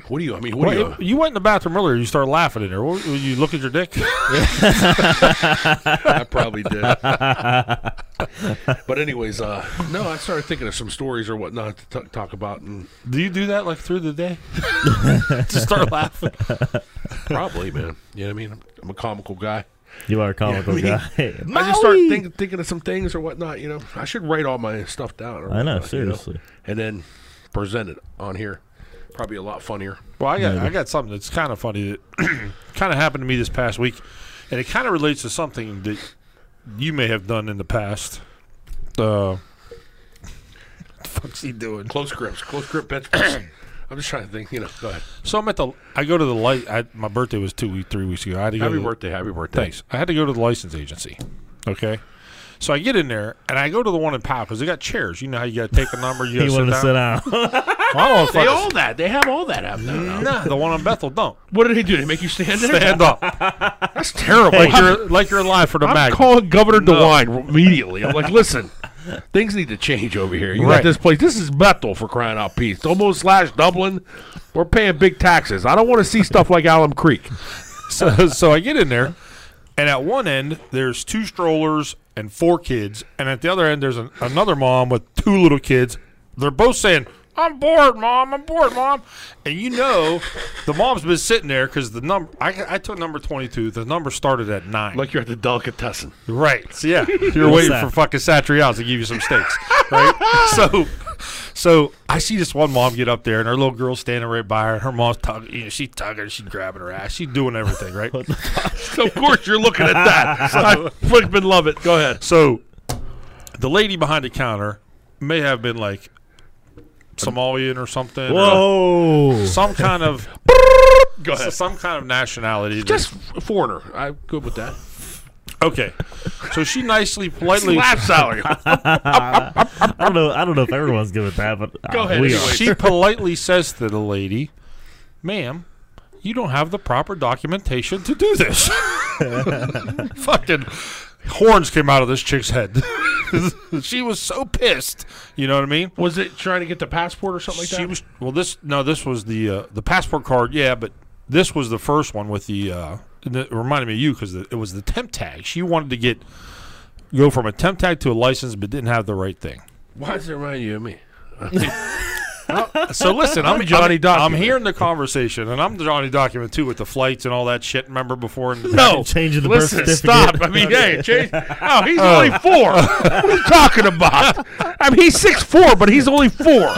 What do you? I mean, what
Wait,
do
you,
you?
went in the bathroom earlier. You started laughing in there. What, you look at your dick. (laughs)
I
(laughs)
probably did. but anyways, uh, no, I started thinking of some stories or whatnot to t- talk about, and
Do you do that like through the (laughs) day? Just start laughing.
probably, man. You know what I mean? I'm, I'm a comical guy.
You are a comical
(laughs) Yeah,
guy.
I just started
Maui!
think, thinking of some things or whatnot. You know, I should write all my stuff down. Or
I know,
whatnot, you
seriously.
and then present it on here. Probably a lot funnier.
Well, I got I got something that's kind of funny that (clears throat) kind of happened to me this past week, and it kind of relates to something that you may have done in the past. Uh, what the fuck's he doing?
Close grips, close grip bench
(clears throat)
press. I'm just trying to think. You know, go ahead.
So I'm at the. I go to the light. I, my birthday was two, week, three weeks ago. I had to go
Happy
to the-
birthday, happy birthday.
Thanks. I had to go to the license agency. Okay. So I get in there and I go to the one in Powell because they got chairs. You know how you got to take a number, (laughs) you
He
got
wanted
to
to
sit down.
sit down.
Well, I don't wanna
They (laughs)
fucking-
all that. They have all that out there now.
Nah, the one on Bethel don't
(laughs) What do they do? They make you stand there?
stand up.
That's terrible.
Like you're like you're alive for the
I'm
mag.
calling Governor
No.
DeWine immediately. I'm like, listen, things need to change over here. You got
Right.
this place. This is metal for crying out peace. Almost slash Dublin. We're paying big taxes. I don't want to see stuff like Alum Creek.
so, (laughs) so I get in there, and at one end there's two strollers and four kids, and at the other end there's an, another mom with two little kids. They're both saying, "I'm bored, mom. I'm bored, mom." And you know, the mom's been sitting there because the number I, I took number twenty two. The number started at nine.
Like you're at the delicatessen.
Right.
(laughs)
So yeah, you're
What's
waiting
that?
for fucking Satrials to give you some steaks,
(laughs)
right? so, so I see this one mom get up there, and her little girl's standing right by her, and her mom's tugging, you know, she tugging, she grabbing her ass, she's doing
(laughs)
everything, right?
of course you're looking at (laughs) that. I flippin' love it. Go (laughs) ahead.
so, the lady behind the counter may have been like Somalian or something, or
Whoa.
some kind of
(laughs) Go ahead.
some kind of nationality. that-
Just a foreigner. I'm good with that.
okay. So she
(laughs)
nicely, politely.
Slap (laughs) salary.
(laughs) I don't know. I don't know if everyone's good with that, but
(laughs) Go
uh,
ahead,
we
anyway.
are.
she politely says to the lady, "Ma'am, you don't have the proper documentation to (laughs) do this." Fucking horns came out of this chick's head. (laughs) she was so pissed. You know what I mean?
Was it trying to get the passport or something like that?
she was well. This no, this was the uh, the passport card. Yeah, but this was the first one with the. Uh, and it reminded me of you because it was the temp tag. She wanted to get go from a temp tag to a license, but didn't have the right thing.
Why does it remind you of me?
So
(laughs)
listen, I'm,
Johnny
I'm,
Document.
I'm hearing the conversation, and I'm the Johnny Document too with the flights and all that shit. Remember before? in the-
(laughs) No.
Changing the birth
Listen,
certificate.
stop. I
(laughs)
mean, hey, change. Oh, he's only (laughs) four. What are you talking about? I mean, he's six four, but he's only four.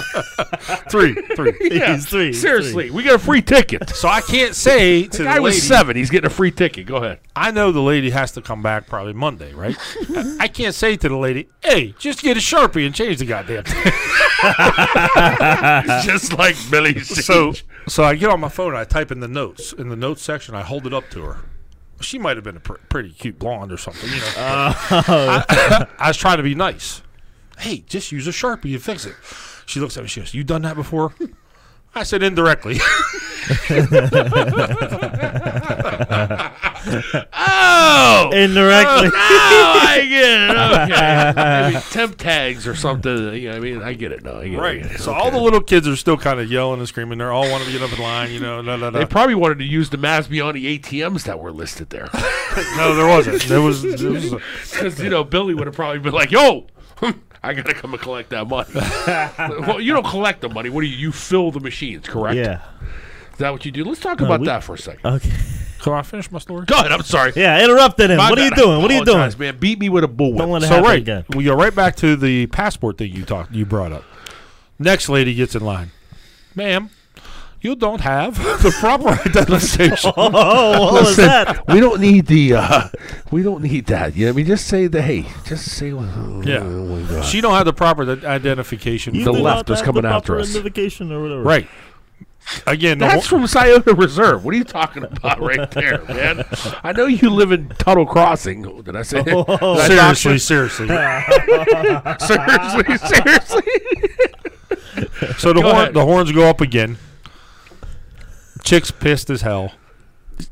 three, three.
Yeah,
(laughs) He's three, he's
Seriously, we got a free ticket.
So I can't say to the
Guy
lady.
was seven. He's getting a free ticket. Go ahead.
I know the lady has to come back probably Monday, right? I- I can't say to the lady, "Hey, just get a sharpie and change the goddamn." thing."
(laughs) Just like
(laughs)
Billy.
so, so I get on my phone. and I type in the notes in the notes section. I hold it up to her. She might have been a pr- pretty cute blonde or something, (laughs) you know. I, I was trying to be nice. Hey, just use a sharpie and fix it. She looks at me. She goes, "You done that before?" I said indirectly. (laughs)
(laughs)
oh,
Indirectly.
(laughs) Oh, I get
(laughs)
it. Okay. Maybe temp tags or something. You know, I mean, I get it. No, I get it. I get
Right.
it.
So all the little kids are still kind of yelling and screaming. They're all wanting to get up in line, you know. No, no,
They
no.
probably wanted to use the Masbiani ATMs that were listed there. (laughs)
No, there wasn't. There was. There was a,
Because, you know, Billy would have probably been like, yo, (laughs) I got to come and collect
(laughs)
that money. well, you don't collect the money. What do you? You fill the machines, correct?
Yeah.
Is that what you do? Let's talk about
we-
that for a second.
Okay. (laughs)
can I finish my story?
Go ahead. I'm sorry.
Yeah. Interrupted him.
My
what are you
bad.
doing? What are
I
you doing?
apologize, man? Beat me with a bullwhip.
Don't let it
So
happen
right,
again.
we go right back to the passport thing you talked, you brought up. Next lady gets in line, ma'am. You don't have (laughs) the
(laughs)
proper identification.
(laughs) Oh, what was that?
(laughs) we don't need the. Uh, (laughs) we don't need that. You know, what I mean, just say the. Hey, just say. what- oh
yeah, she don't have the proper id- identification.
You
The
did
left
not
was
have
coming
the
after
proper
us.
identification or whatever.
right. Again, the
That's
wo-
from Scioto Reserve. What are you talking about right there,
(laughs)
man? I know you live in Tuttle Crossing. Oh, Did I say? (laughs) did I knock
seriously, seriously.
(laughs)
you- seriously, seriously.
So the
Go ahead.
horn, the horns go up again. Chick's pissed as hell.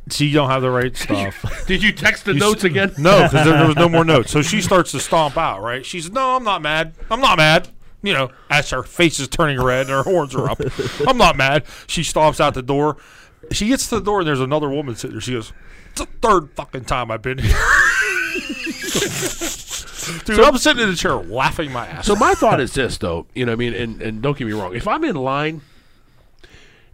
She don't have the right
(laughs)
stuff.
Did you text the
You
notes
s-
again?
No, because there, there
(laughs)
was no more notes. So she starts to stomp out, right? She says, No, I'm not mad. I'm not mad. You know, as her face is turning red and her horns
(laughs)
are up. I'm not mad. She stomps out the door. She gets to the door and there's another woman sitting there. She goes, It's the third fucking time I've been here.
(laughs)
Dude, I'm sitting in the chair laughing my ass.
So
off.
my thought is this, though. You know, what I mean, and, and don't get me wrong. If I'm in line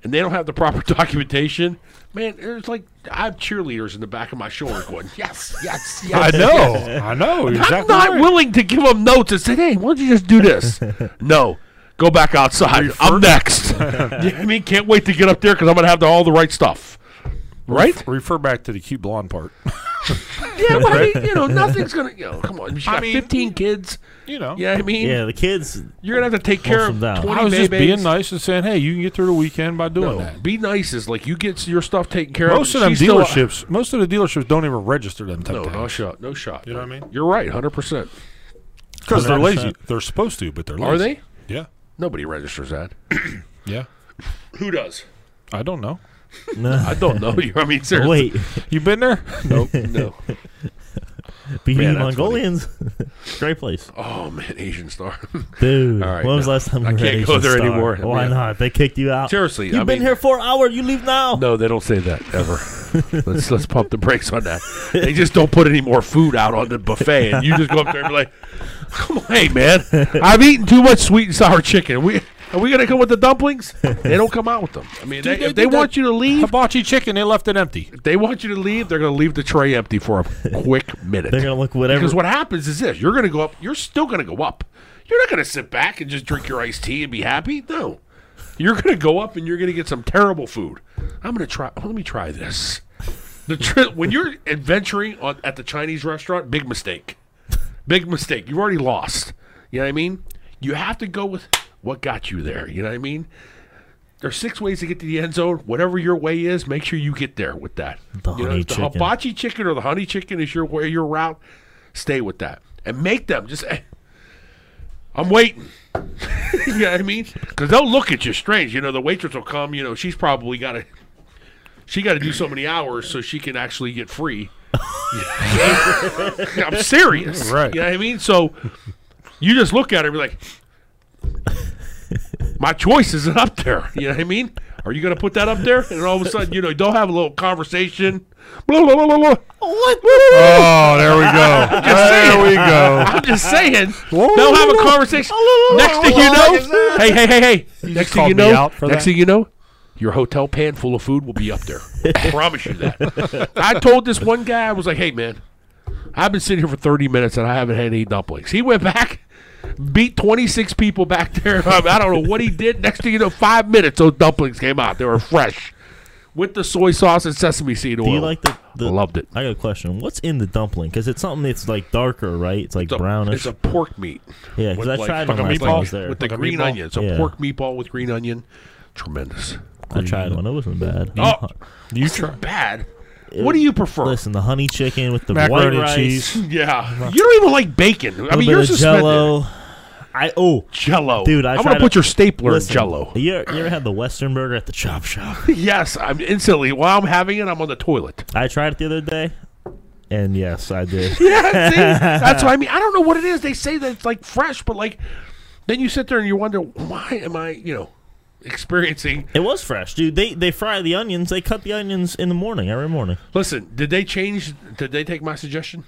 and they don't have the proper (laughs) documentation, man, there's like I have cheerleaders in the back of my shoulder going, yes, yes, yes.
I know. I know. Exactly.
I'm not
right.
willing to give them notes and say, hey, why don't you just do
(laughs)
this? no. Go back outside. I'm next. You know what I mean, can't wait to get up there because I'm going to have the, all the right stuff. Right?
(laughs) Refer back to the cute blonde part.
yeah, well, I mean, you know, nothing's going to, you know, come on. She's
I
got
mean-
15 kids.
You know.
Yeah, I mean,
Yeah. The
(laughs)
kids.
you're going to have to take care
Most
of
of them
20
down.
I was just
babies.
being nice and saying, "Hey, you can get through the weekend by
No,
doing that."
Be nice is like you get your stuff taken care
Most of
of.
them
She's still-
dealerships, most of the dealerships don't even register them type
no, no
tags
shot, no shot. You
know what I mean?
You're right, hundred percent.
because they're lazy.
100%.
They're supposed to, but they're lazy.
Are they?
Yeah,
Nobody registers that.
yeah.
Who does?
I don't know.
I don't know. (laughs) You, I mean, seriously.
Wait,
You been there?
Nope. No.
be
Man, that's
Mongolians. (laughs) Great place,
Oh man, Asian Star.
dude.
All right,
when was
Oh, no.
the last time we
I
were at
can't go
Asian
there
Star?
anymore.
Why
Yeah.
not? They kicked you out.
Seriously,
you've
I
been
mean-
here for an hour. You leave now.
no, they don't say that ever. let's let's pump the brakes on that. They just don't put any more food out on the buffet, and you just go up there and be like, "Come on, hey man, I've eaten too much sweet and sour chicken. We are we gonna come with the dumplings? They don't come out with them. I mean, they,
they
if
do
they
that-
want you to leave,
Hibachi chicken. They left it empty.
if they want you to leave. They're gonna leave the tray empty for a quick minute.
They're gonna look whatever.
Because what happens is this: you're going to go up. You're still going to go up. You're not going to sit back and just drink your iced tea and be happy. No, you're going to go up and you're going to get some terrible food. I'm going to try. oh, Let me try this. The tri- when you're adventuring on, at the Chinese restaurant, big mistake. Big mistake. You've already lost. You know what I mean? You have to go with what got you there. You know what I mean? There's six ways to get to the end zone. Whatever your way is, make sure you get there with that.
The
you know,
honey
if the
chicken.
hibachi chicken or the honey chicken is your way, your route. Stay with that and make them just. eh, I'm waiting. (laughs) you know what I mean? Because they'll look at you strange. You know, the waitress will come. You know, she's probably got to. She got to do so many hours so she can actually get free. (laughs) I'm serious.
Right.
You know what I mean? So you just look at her and be like, my choice isn't up there. You know what I mean? Are you going to put that up there? And all of a sudden, you know, don't have a little conversation. Blah, blah, blah, blah, blah.
Oh, there we (laughs) go. there we go.
I'm just saying, they'll have a conversation. Next thing you know, hey, hey, hey, hey. Next thing
called
you
me
know,
out for
next
that?
thing you know, your hotel pan full of food will be up there. I promise you that. I told this one guy, I was like, hey, man, I've been sitting here for 30 minutes and I haven't had any dumplings. He went back, beat 26 people back there. (laughs) I, mean, I don't know what he did. Next thing you know, five minutes, those dumplings came out. They were fresh with the soy sauce and sesame seed oil.
Do you like the, the?
Loved it.
I got a question. What's in the dumpling? Because it's something that's like darker, right? It's like
It's a-
brownish.
It's a pork meat.
Yeah, 'cause
with,
I tried one
fucking
last time I was there.
with the
Like a
green
meatball?
onion. It's a
Yeah.
pork meatball with green onion. Tremendous.
I tried one. It wasn't bad.
Oh,
You
it's
try.
not bad. What do you prefer?
Listen, the honey chicken with the
Macaroni
white
and
rice,
(laughs)
cheese.
Yeah, you don't even like bacon. I
a
mean,
little
you're
bit of
suspended. Jello.
Jello. I oh,
Jello,
Dude, I
am
tried
gonna
to-
put your stapler
listen,
in Jello. (laughs)
You ever, you ever had the Western burger at the chop shop?
Yes, I'm instantly while I'm having it, I'm on
(laughs)
the toilet.
I tried it the other day, and yes, I (laughs) did.
Yeah, see? that's what I mean. I don't know what it is. They say that it's like fresh, but like then you sit there and you wonder why am I, you know, experiencing
it was fresh, dude. They they fry the onions. They cut the onions in the morning, every morning.
Listen, did they change? Did they take my suggestion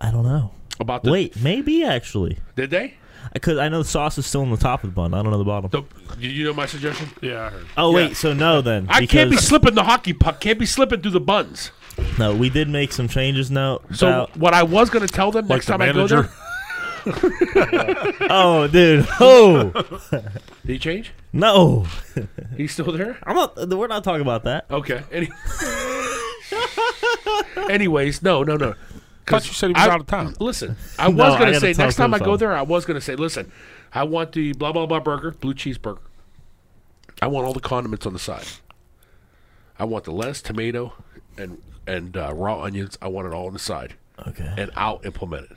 I don't know.
about the?
Wait, maybe actually,
did they?
because I know the sauce is still on the top of the bun. I don't know the bottom.
The, did you know my suggestion?
Yeah, I heard.
Oh
yeah.
wait, so no then.
I can't be
because-
slipping the hockey puck. Can't be slipping through the buns.
No, we did make some changes now.
So
about-
what I was going to tell them next
the
time I go there,
manager?
oh, (laughs) dude. Oh
did he change?
no,
He's still there.
(laughs) I'm not. We're not talking about that.
Okay. Any- (laughs) Anyways, no, no, no.
Thought you said he was out of town.
Listen, I was
I
going
gotta
to say
talk
next
to
time I
him
go
some.
there, I was going to say, listen, I want the blah blah blah burger, blue cheese burger. I want all the condiments on the side. I want the lettuce, tomato, and and uh, raw onions. I want it all on the side,
Okay.
and I'll implement it.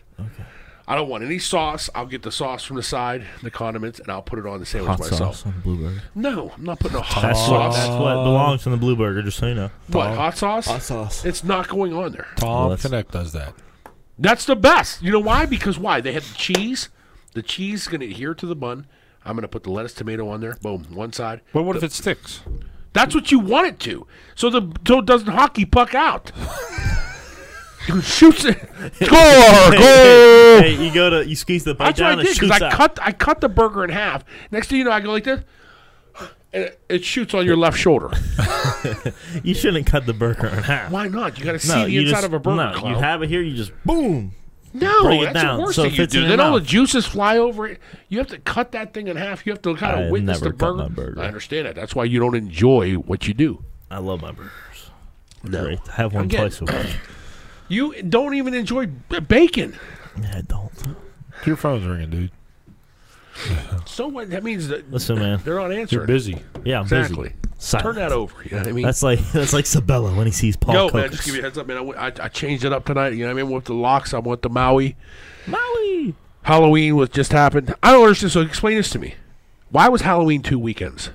I don't want any sauce. I'll get the sauce from the side, the condiments, and I'll put it on the sandwich
Hot
myself.
sauce on blue burger.
No, I'm not putting a hot
That's what,
sauce.
that's what belongs in the blue burger. Just so you know.
What hot sauce? Hot
sauce.
It's not going on there.
Tom
that's-
Connect does that.
That's the best. You know why? Because why? They have the cheese. The cheese is going to adhere to the bun. I'm going to put the lettuce, tomato on there. Boom, one side.
But what if it (laughs) sticks?
That's what you want it to. So the so it doesn't hockey puck out. (laughs) shoots it. Score! Goal!
Hey, you go to you squeeze the bite
That's
down
what I did
and
because
shoots
I
out.
cut I cut the burger in half. Next thing you know, I go like this, and it, it shoots on your left shoulder.
You shouldn't cut the burger in half.
Why not? You got to see
No,
the
you
inside
just,
of a burger.
No,
Clown.
you have it here. You just boom.
No,
Bring it
that's
down
the worst
so it
thing you
fits in
do.
your
Then all the
mouth.
juices fly over it. You have to cut that thing in half. You have to kind
I
of
have
witness
never
the
cut
burger.
my burger.
I understand that. That's why you don't enjoy what you do.
I love my burgers. No. Great. I have one
Again.
twice a week.
You don't even enjoy b- bacon.
(coughs) Yeah, I don't.
Your phone's ringing, dude.
So what? That means that
Listen, man.
they're not
You're
answering.
busy.
Yeah, I'm
Exactly.
busy. Silent.
Turn that over. You know what I mean?
That's like (laughs) that's like Sabella when he sees Paul.
Yo, man,
Coates.
just give you a heads up, man. I, went- I, I changed it up tonight. You know what I mean? With the locks, I went to Maui.
Molly.
Halloween was just happened. I don't understand. So explain this to me. Why was Halloween two weekends?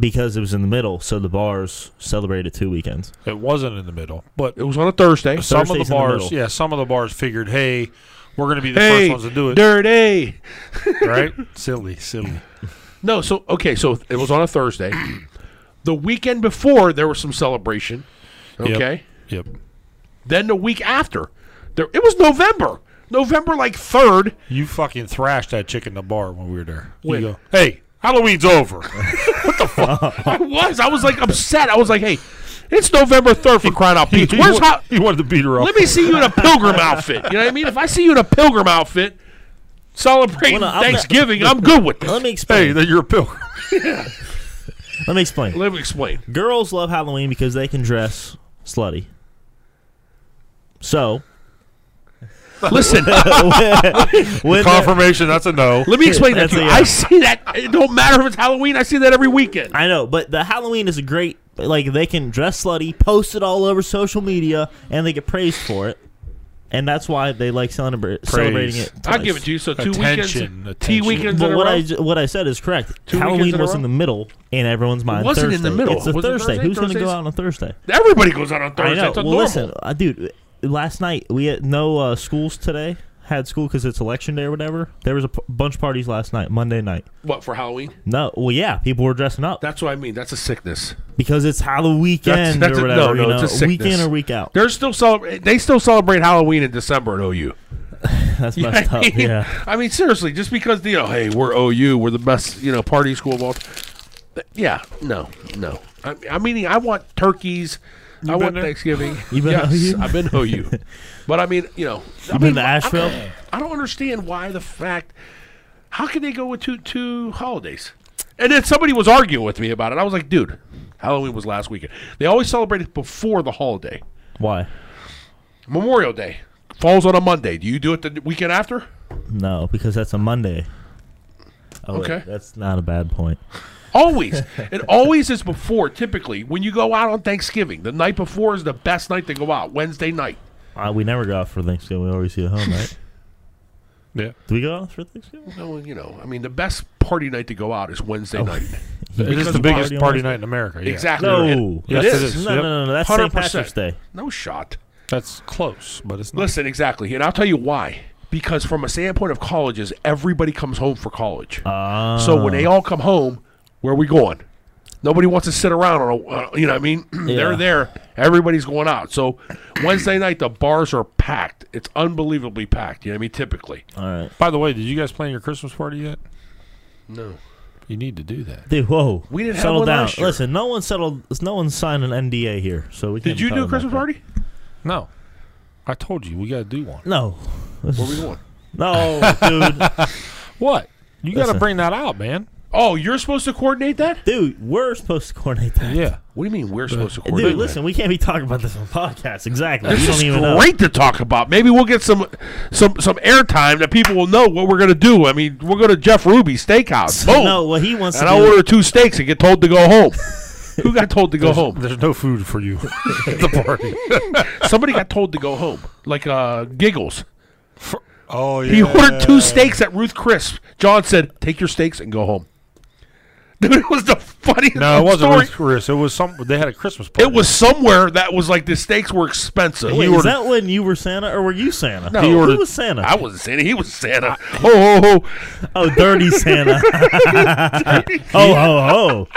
because it was in the middle, so the bars celebrated two weekends.
It wasn't in the middle, but
It was on a Thursday.
some of
Thursday's
the
in the
bars,
middle.
yeah, some of the bars figured, hey, we're going to be the
hey,
first ones to do it,
dirty.
right? (laughs) silly, silly.
No, so okay, so it was on a
(clears throat)
Thursday. the weekend before there was some celebration.
Yep.
Okay.
Yep.
Then the week after, there it was November. November like third.
You fucking thrashed that chick in the bar when we were there.
When?
You go, hey, Halloween's (laughs) over.
I was. I was like upset. I was like, hey, it's November third for crying out peach. Where's
wa-
how
he wanted to beat her up.
let me see you in a pilgrim outfit. You know what I mean? If I see you in a pilgrim outfit celebrating
Well, no, I'm not-
Thanksgiving, I'm good with it.
Let me
hey,
explain.
that you're a (laughs) pilgrim.
Let me explain.
Let me explain.
Girls love Halloween because they can dress slutty. (laughs) So
Listen,
when the-
Confirmation, that's a no.
let me explain that
That's
to you.
a- uh,
I see that. It don't matter if it's Halloween. I see that every weekend.
I know, but the Halloween is a great like they can dress slutty, post it all over social media, and they get praised for it. And that's why they like celebra- celebrating it.
I'll
twice.
give it to you. So two
Attention,
weekends,
attention.
two weekends in
But
a
what
row.
I ju- what I said is correct.
Two weekends
Halloween
in a
was
row?
in the middle in everyone's mind.
wasn't in the
Thursday.
middle.
It's a
Was it
Thursday.
Thursday?
Who's going to
Thursdays?
go out on a Thursday?
Everybody goes out on
I
Thursday.
know.
It's a
Well,
normal.
listen, uh, dude. Last night we had no uh, schools today. Had school because it's election day or whatever. There was a p- bunch of parties last night, Monday night.
What for Halloween?
No, well, yeah, people were dressing up
That's what I mean. That's a sickness.
because it's Halloween weekend
that's a-
or
no,
whatever.
no,
you know,
it's a
week in
sickness.
or week
(laughs)
out.
They're still celebrate. They still celebrate Halloween in December at OU.
That's messed
(laughs) I
up.
mean,
Yeah.
I mean, seriously, just because you know, hey, we're OU, we're the best, you know, party school of all. Th- Yeah, no, no. I, I mean, I want turkeys. I
been
want
there?
Thanksgiving.
(laughs) You been
yes,
OU?
I've been
(laughs)
OU, but I mean, you know, I
been
mean,
to
I-
Asheville?
I, don't understand why the fact. How can they go with two two holidays? And then somebody was arguing with me about it. I was like, dude, Halloween was last weekend. They always celebrate it before the holiday.
Why?
Memorial Day falls on a Monday. Do you do it the weekend after?
No, because that's a Monday. Oh, wait,
Okay.
that's not a bad point.
Always. it always is before, typically. When you go out on Thanksgiving, the night before is the best night to go out, Wednesday night.
Uh, we never go out for Thanksgiving. We always eat at home,
(laughs)
right?
Yeah.
Do we go out for Thanksgiving?
Well, you know, I mean, the best party night to go out is Wednesday night.
It is
Because
the biggest
party on
party
Wednesday.
night in America. yeah.
Exactly.
No.
It- it
Yes, it
is.
is.
No, no,
Yep.
no, no. That's St.
100%.
Patrick's Day.
No shot.
That's close, but it's not.
Listen, exactly. And I'll tell you why. Because from a standpoint of colleges, everybody comes home for college.
Ah.
so when they all come home, where are we going? Nobody wants to sit around on a, uh, you know what I mean? (clears throat) They're
Yeah.
there. Everybody's going out. So Wednesday night, the bars are packed. It's unbelievably packed. You know what I mean? Typically.
All right.
By the way, did you guys plan your Christmas party yet?
No.
You need to do that.
Dude, whoa.
We didn't have
settle
one
down.
last year.
Listen, no one settled. No one signed an NDA here, so we.
Did
can't
you
tell
do a
them
Christmas
that.
party?
No. I told you, we got to do one.
No.
Where we going?
No,
(laughs)
dude.
What? You got to
Listen.
bring that out, man.
Oh, you're supposed to coordinate that?
Dude, we're supposed to coordinate that.
Yeah.
What do you mean we're supposed to coordinate?
Uh, Dude, listen, we can't be talking about this on podcast. Exactly.
This
you
is
don't even know.
great to talk about. Maybe we'll get some some some airtime that people will know what we're gonna do. I mean, we'll go to Jeff Ruby's Steakhouse.
(laughs)
Boom.
No, what he wants
and
to
I'll
do.
order two steaks and get told to go home. Who got told to go
(laughs)
home?
Oh, There's no food for (laughs) you at the party.
Somebody got told to go home. Like uh, giggles.
oh, yeah.
He ordered two steaks at Ruth Crisp. John said, "Take your steaks and go home." (laughs) Dude, it was the funniest.
No, it wasn't
story.
Ruth's Chris. It was some. They had a Christmas party.
It was somewhere that was like the steaks were expensive.
Wait,
He
is
ordered-
that when you were Santa or were you Santa?
No. He
Who
ordered-
was Santa?
I wasn't Santa. He was Santa. (laughs) Ho ho ho!
oh, dirty
(laughs)
Santa. (laughs) oh, ho, ho.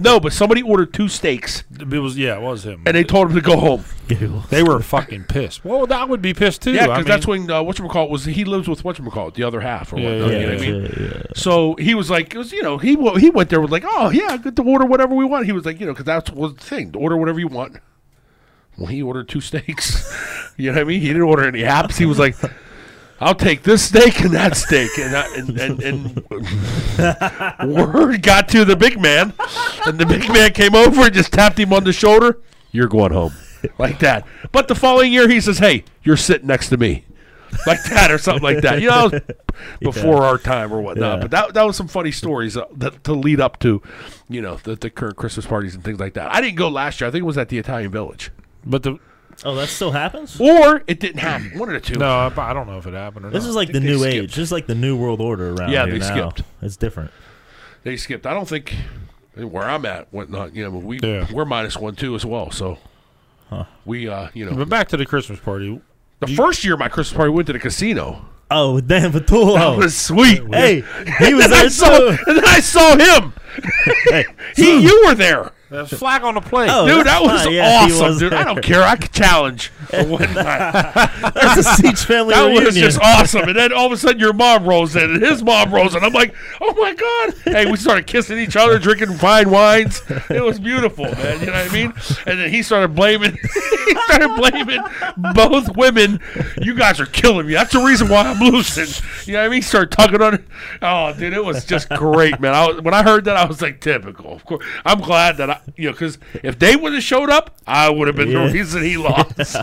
No, but somebody ordered two steaks,
It was. Yeah, it was him.
and they told him to go home.
Ew.
they (laughs) were fucking pissed. Well, that would be pissed too.
Yeah,
I
because
mean,
that's when uh, whatchamacallit was. He lives with whatchamacallit, the other half or
Yeah,
whatnot.
Yeah,
you know
yeah,
what I mean?
yeah.
So he was like, it was, you know, he wa- he went there with like, oh yeah, get to order whatever we want. He was like, you know, because that's was the thing, order whatever you want. Well, he ordered two (laughs) steaks. you know what I mean? He didn't order any apps. He was like, I'll take this steak and that steak, and I, and, and and (laughs) word got to the big man, and the big man came over and just tapped him on the shoulder. You're going home, like that. But the following year, he says, hey, you're sitting next to me. Like that, or something like that.
(laughs)
You know, before our time or whatnot.
Yeah.
But that that was some funny stories uh, that, to lead up to, you know, the, the current Christmas parties and things like that. I didn't go last year. I think it was at the Italian Village,
But the
Oh, that still happens?
or it didn't happen. One of the two.
no, I, I don't know if it happened or
This
not.
is like
I
the
think they
new
skipped.
age. This is like the new world order around
Yeah,
here
they
now.
skipped.
It's different.
They skipped. I don't think. and where I'm at, whatnot. You know, we
Yeah.
we're minus one two as well. So we, uh, you know,
But back to the Christmas party.
the first year my Christmas party we went to the casino.
Oh, (laughs) damn, Patullo.
That was sweet.
hey, he was
(laughs) and I
there
saw,
too.
and then I saw him.
(laughs) Hey,
(laughs) He, you were there,
That flag on the play.
Oh,
dude.
that's
That was
fine. Yeah, he
awesome,
was
dude. I
there.
don't care. I could challenge
(laughs)
for one night.
that's a Siege family
That
reunion.
was just awesome. And then all of a sudden, your mom rolls in, and his mom rolls in. I'm like, oh my god! Hey, we started kissing each other, drinking fine wines. It was beautiful, man. You know what I mean? And then he started blaming, (laughs) he started blaming both women. You guys are killing me. That's the reason why I'm losing. You know what I mean? He started tugging on. Oh, dude, it was just great, man. I was, when I heard that, I was like, typical. Of course, I'm glad that I, you know, because if they would have showed up, I would have been
Yeah.
the reason
(laughs)
he lost.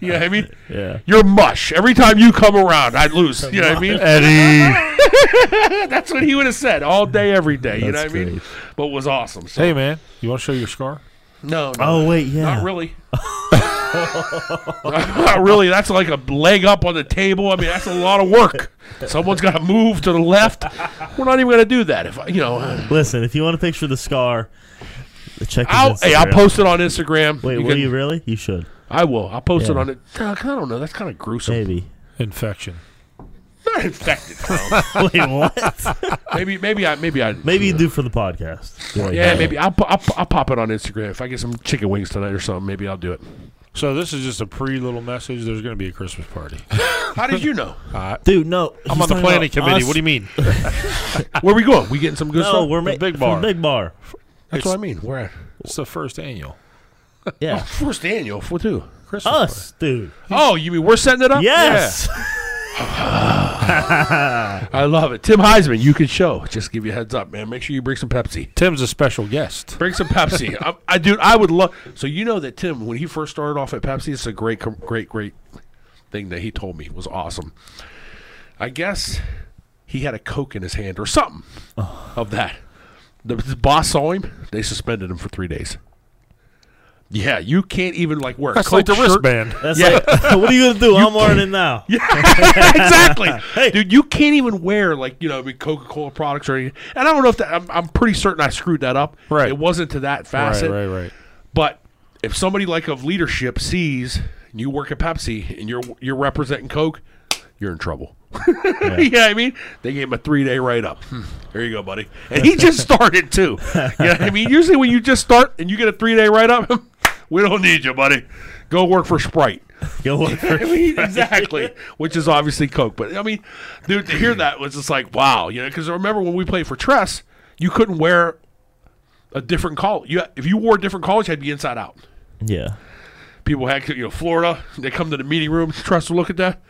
You know what I mean?
Yeah.
You're mush. Every time you come around, I lose. You know what I mean?
Eddie.
That's what he would have said all day, every day. you know
That's
what I mean?
great.
But it was awesome. So,
hey, man, you want to show your scar?
no, no,
Oh wait, yeah.
not really. (laughs) not really. That's like a leg up on the table. I mean, that's a lot of work. Someone's got to move to the left. We're not even going to do that. If I, you know,
Listen, if you want a picture of the scar, check. his
I'll, hey, I'll
Instagram.
post it on Instagram.
Wait,
You
will
can-
you really? You should.
I will. I'll post it
Yeah.
on it. I don't know. That's kind of gruesome.
Maybe.
Infection.
Not infected. Kyle.
Wait, what?
maybe, maybe I, maybe I,
Maybe you do for the podcast. You're like,
Yeah,
"Oh,
maybe I'll, pu- I'll, pu- I'll pop it on Instagram. If I get some chicken wings tonight or something, maybe I'll do it.
So this is just a pre little message. There's going to be a Christmas (laughs) party.
How did you know?
Dude, no.
I'm on the planning committee. What do you mean?
(laughs) Where we going? We getting some good
No,
stuff?
Oh, we're ma-
big
from
bar.
Big bar.
That's what I mean. Where?
It's the first annual
Yeah.
First annual. For two.
Christmas party.
Us, dude.
Oh, you mean we're setting it up?
Yes.
Yeah. I love it. Tim Heisman, you can show. Just give you a heads up, man. Make sure you bring some Pepsi.
Tim's a special guest.
Bring some
(laughs)
Pepsi. I, I dude, I would love. So you know that Tim, when he first started off at Pepsi, it's a great, com- great, great thing that he told me It was awesome. I guess he had a Coke in his hand or something
Oh.
of that. The, the boss saw him. They suspended him for three days. Yeah, you can't even like wear. a
That's like the
Coke shirt.
(laughs) wristband.
That's
Yeah.
like, (laughs) what are you gonna do? I'm wearing it now.
(laughs) exactly, dude. You can't even wear like you know I mean Coca Cola products or anything. And I don't know if that. I'm, I'm pretty certain I screwed that up.
Right.
It wasn't to that
Right,
facet.
right, right.
But if somebody like of leadership sees you work at Pepsi and you're you're representing Coke, you're in trouble. (laughs) yeah, you know what I mean, they gave him a three day write up. There you go, buddy. And he just started too. You know what I mean? Usually when you just start and you get a three day write up, (laughs) we don't need you, buddy. Go work for Sprite.
Go work (laughs)
(laughs)
for
I mean, exactly. Which is obviously Coke. But I mean, dude, to
(clears throat)
hear that was just like, wow. You know, because remember when we played for Tress, you couldn't wear a different college. You, if you wore a different college, you had to be inside out.
Yeah.
People had, you know, Florida, they come to the meeting room, Tress will look at that,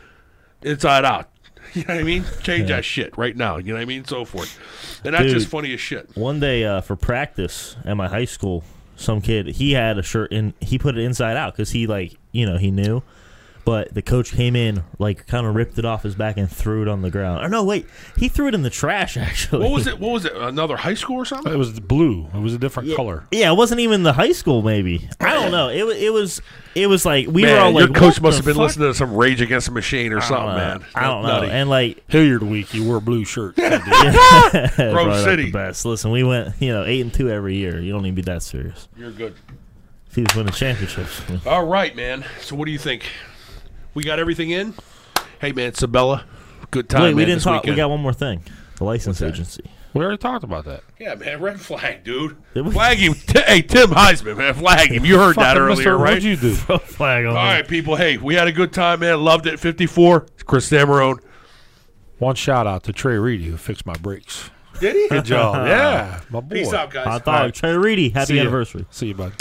inside out. (laughs) You know what I mean? Change that shit right now. You know what I mean? So forth. And that's
Dude.
just funny as shit.
One day uh, for practice at my high school, some kid he had a shirt and he put it inside out because he like you know he knew, but the coach came in like kind of ripped it off his back and threw it on the ground. Or no, wait, he threw it in the trash (laughs) actually.
What was it? What was it? Another high school or
Uh,
something?
It was blue. It was a different color.
Yeah, it wasn't even the high school. Maybe I don't know. It wa- it was it was like we were all
Man,
like
your coach
"What
must
the
have been
fuck?"
listening to some Rage Against the Machine or something,
Uh,
man.
I don't know.
Nutty.
And like
Hilliard week, he wore a blue (laughs) shirt.
probably not
City.
the best. Listen, we went you know eight and two every year. You don't need to be that serious.
You're good.
If he was winning championships.
All right, man. So what do you think? We got everything in. Hey, man, Sabella. Good time.
Wait, we
man,
didn't
this
talk. We
Weekend.
got one more thing. The license agency.
we already talked about that.
yeah, man. Red flag, dude.
Did we-
Flag him. T- hey, Tim Heisman, man. Flag him. You heard that
Fucking
earlier,
mister,
right?
What'd you do?
Throw a flag on
All
it.
right, people. Hey, we had a good time, man. Loved it. 54. It's Chris Samarone.
One shout out to Trey Reedy who fixed my brakes.
Did he?
Good job. yeah, my boy.
Peace out, guys.
Hot dog. Trey Reedy. Happy
See ya.
anniversary.
See you, bud.